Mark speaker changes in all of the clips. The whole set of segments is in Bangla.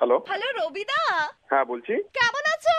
Speaker 1: হ্যালো রবিদা
Speaker 2: হ্যাঁ বলছি
Speaker 1: কেমন আছো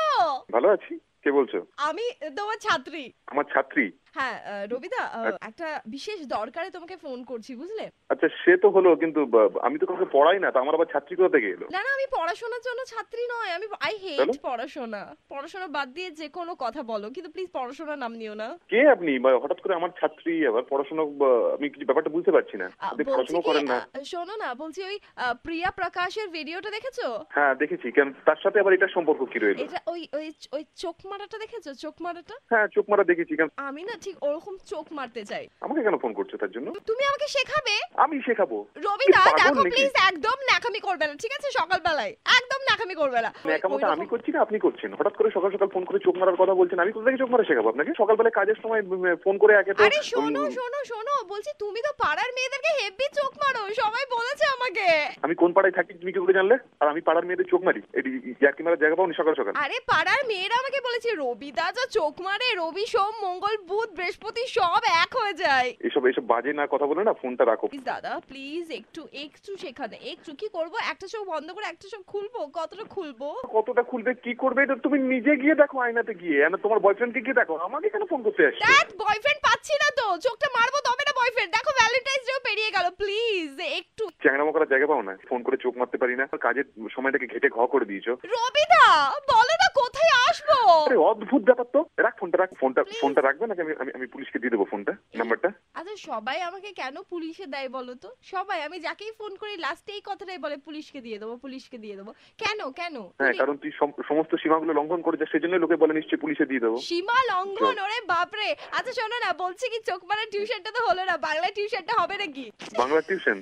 Speaker 2: ভালো আছি কে বলছো
Speaker 1: আমি তোমার ছাত্রী
Speaker 2: আমার ছাত্রী
Speaker 1: হ্যাঁ আহ, রবিদা আহ, একটা বিশেষ দরকারে তোমাকে ফোন করছি বুঝলে
Speaker 2: আচ্ছা সে তো হলো কিন্তু বা- আমি তো কাউকে পড়াই না তো আমার আবার ছাত্রী কোথা থেকে এলো
Speaker 1: না না আমি পড়াশোনার জন্য ছাত্রী নয় আমি আই হেট
Speaker 2: তাহলে?
Speaker 1: পড়াশোনা পড়াশোনা বাদ দিয়ে যে কোনো কথা বলো কিন্তু প্লিজ পড়াশোনা নাম নিও না
Speaker 2: কে আপনি বা হঠাৎ করে আমার ছাত্রী আবার পড়াশোনা বা, আমি কিছু ব্যাপারটা বুঝতে পারছি না
Speaker 1: আহ,
Speaker 2: আপনি
Speaker 1: বলছি
Speaker 2: পড়াশোনা
Speaker 1: কি
Speaker 2: করেন না
Speaker 1: আহ, শোনো না বলছি ওই আহ, প্রিয়া প্রকাশের ভিডিওটা দেখেছো
Speaker 2: হ্যাঁ দেখেছি কেন তার সাথে আবার এটা সম্পর্ক কি রইলো
Speaker 1: এটা ওই ওই ওই চোখ মারাটা দেখেছো চোখ মারাটা
Speaker 2: হ্যাঁ চোখ মারা দেখেছি কেন
Speaker 1: আমি না ঠিক ওরকম চোখ মারতে চাই
Speaker 2: আমাকে কেন ফোন করছো তার জন্য
Speaker 1: তুমি আমাকে শেখাবে
Speaker 2: আমি শেখাবো
Speaker 1: রবিদা দেখো
Speaker 2: পাগল নাকি?
Speaker 1: প্লিজ একদম নাকামি করবে না ঠিক আছে সকালবেলায় একদম নাকামি করবে না ওই-
Speaker 2: ন্যাকামোটা
Speaker 1: ওইরকম-
Speaker 2: আমি করছি না আপনি করছেন হঠাৎ করে সকাল সকাল ফোন করে চোখ মারার কথা বলছেন আমি কোথা থেকে চোখ মারা শেখাবো আপনাকে সকালবেলা কাজের সময় উম, ফোন করে একে তো
Speaker 1: আরে শোনো
Speaker 2: উম,
Speaker 1: শোনো শোনো বলছি তুমি তো পাড়ার মেয়েদেরকে হেভি চোখ মারো সবাই বলেছে আমাকে
Speaker 2: আমি কোন পাড়ায় থাকি তুমি কি করে জানলে আর আমি পাড়ার মেয়েদের চোখ মারি এটি ইয়ার্কি মারার জায়গা পাওনি সকাল সকাল
Speaker 1: আরে পাড়ার মেয়েরা আমাকে বলেছে রবিদা যা চোখ মারে রবি সোম মঙ্গল বুধ বৃহস্পতি সব এক হয়ে যায়
Speaker 2: এসব এসব বাজে না কথা বলে না ফোনটা রাখো
Speaker 1: প্লিজ দাদা প্লিজ একটু একটু শেখাতে একটু কি করবো একটা চোখ বন্ধ করে একটা চোখ খুলবো কতটা খুলবো
Speaker 2: কতটা খুলবে কি করবে এটা তুমি নিজে গিয়ে দেখো আয়নাতে গিয়ে আর না তোমার বয়ফ্রেন্ডকে গিয়ে দেখো আমাকে কেন ফোন করতে আসছো
Speaker 1: দ্যাট বয়ফ্রেন্ড পাচ্ছি না তো চোখটা মারবো তবে না বয়ফ্রেন্ড দেখো ভ্যালেন্টাইন্স ডেও পেরিয়ে গেল প্লিজ একটু
Speaker 2: চ্যাংরামো করার জায়গা পাও না ফোন করে চোখ মারতে পারি না আর কাজের সময়টাকে ঘেটে ঘ করে দিয়েছো
Speaker 1: রবিদা বলো না কোথায় আসবো
Speaker 2: আরে অদ্ভুত ব্যাপার তো রাখ ফোনটা রাখ ফোনটা ফোনটা রাখবে নাকি আমি আমি- আমি পুলিশকে দিয়ে দেবো ফোনটা নাম্বারটা
Speaker 1: আচ্ছা সবাই আমাকে কেন পুলিশে দেয় বলো তো সবাই আমি যাকেই ফোন করি লাস্টে এই কথাটাই বলে পুলিশকে দিয়ে দেবো পুলিশকে দিয়ে দেবো কেন কেন
Speaker 2: হ্যাঁ
Speaker 1: পুলি-
Speaker 2: কারণ তুই সম- সমস্ত সীমাগুলো লঙ্ঘন করে যাস সেই জন্য লোকে বলে নিশ্চয়ই পুলিশে দিয়ে দেবো
Speaker 1: সীমা লঙ্ঘন ওরে বাপরে আচ্ছা শোনো না বলছি কি চোখ মারা টিউশনটা তো হলো না বাংলা টিউশনটা হবে নাকি
Speaker 2: বাংলা টিউশন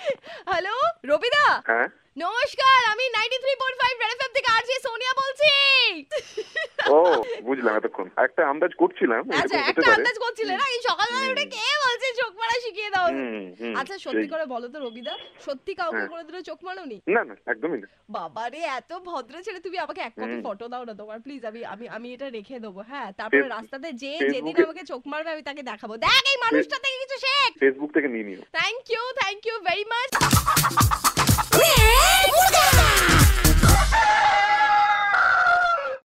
Speaker 1: হ্যালো রবিদা
Speaker 2: হ্যাঁ
Speaker 1: নমস্কার আমি ninety three point five red FM থেকে আরজে সোনিয়া বলছি
Speaker 2: ও বুঝলাম এতক্ষণ একটা আন্দাজ করছিলাম
Speaker 1: আচ্ছা
Speaker 2: এরকম হতে
Speaker 1: একটা
Speaker 2: পারে
Speaker 1: আন্দাজ করছিলে না এই সকালবেলা উঠে কে বলছে চোখ মারা শিখিয়ে দাও
Speaker 2: হুম, হুম,
Speaker 1: আচ্ছা সত্যি
Speaker 2: সেই।
Speaker 1: করে বলো তো রবিদা সত্যি কাউকে
Speaker 2: হ্যাঁ।
Speaker 1: করে দিলে চোখ মারোনি
Speaker 2: না না একদমই না
Speaker 1: বাবা রে এত ভদ্র ছেলে তুমি আমাকে এক কপি
Speaker 2: হুম।
Speaker 1: ফটো দাও না তোমার প্লিজ আমি আমি আমি এটা রেখে দেবো হ্যাঁ তারপরে
Speaker 2: ফেস-
Speaker 1: রাস্তাতে যে যেদিন
Speaker 2: ফেসবুকে-
Speaker 1: আমাকে চোখ মারবে আমি তাকে দেখাবো দেখ এই মানুষটা থেকে কিছু শেখ
Speaker 2: ফেসবুক থেকে নিয়ে নিও
Speaker 1: thank you thank you very much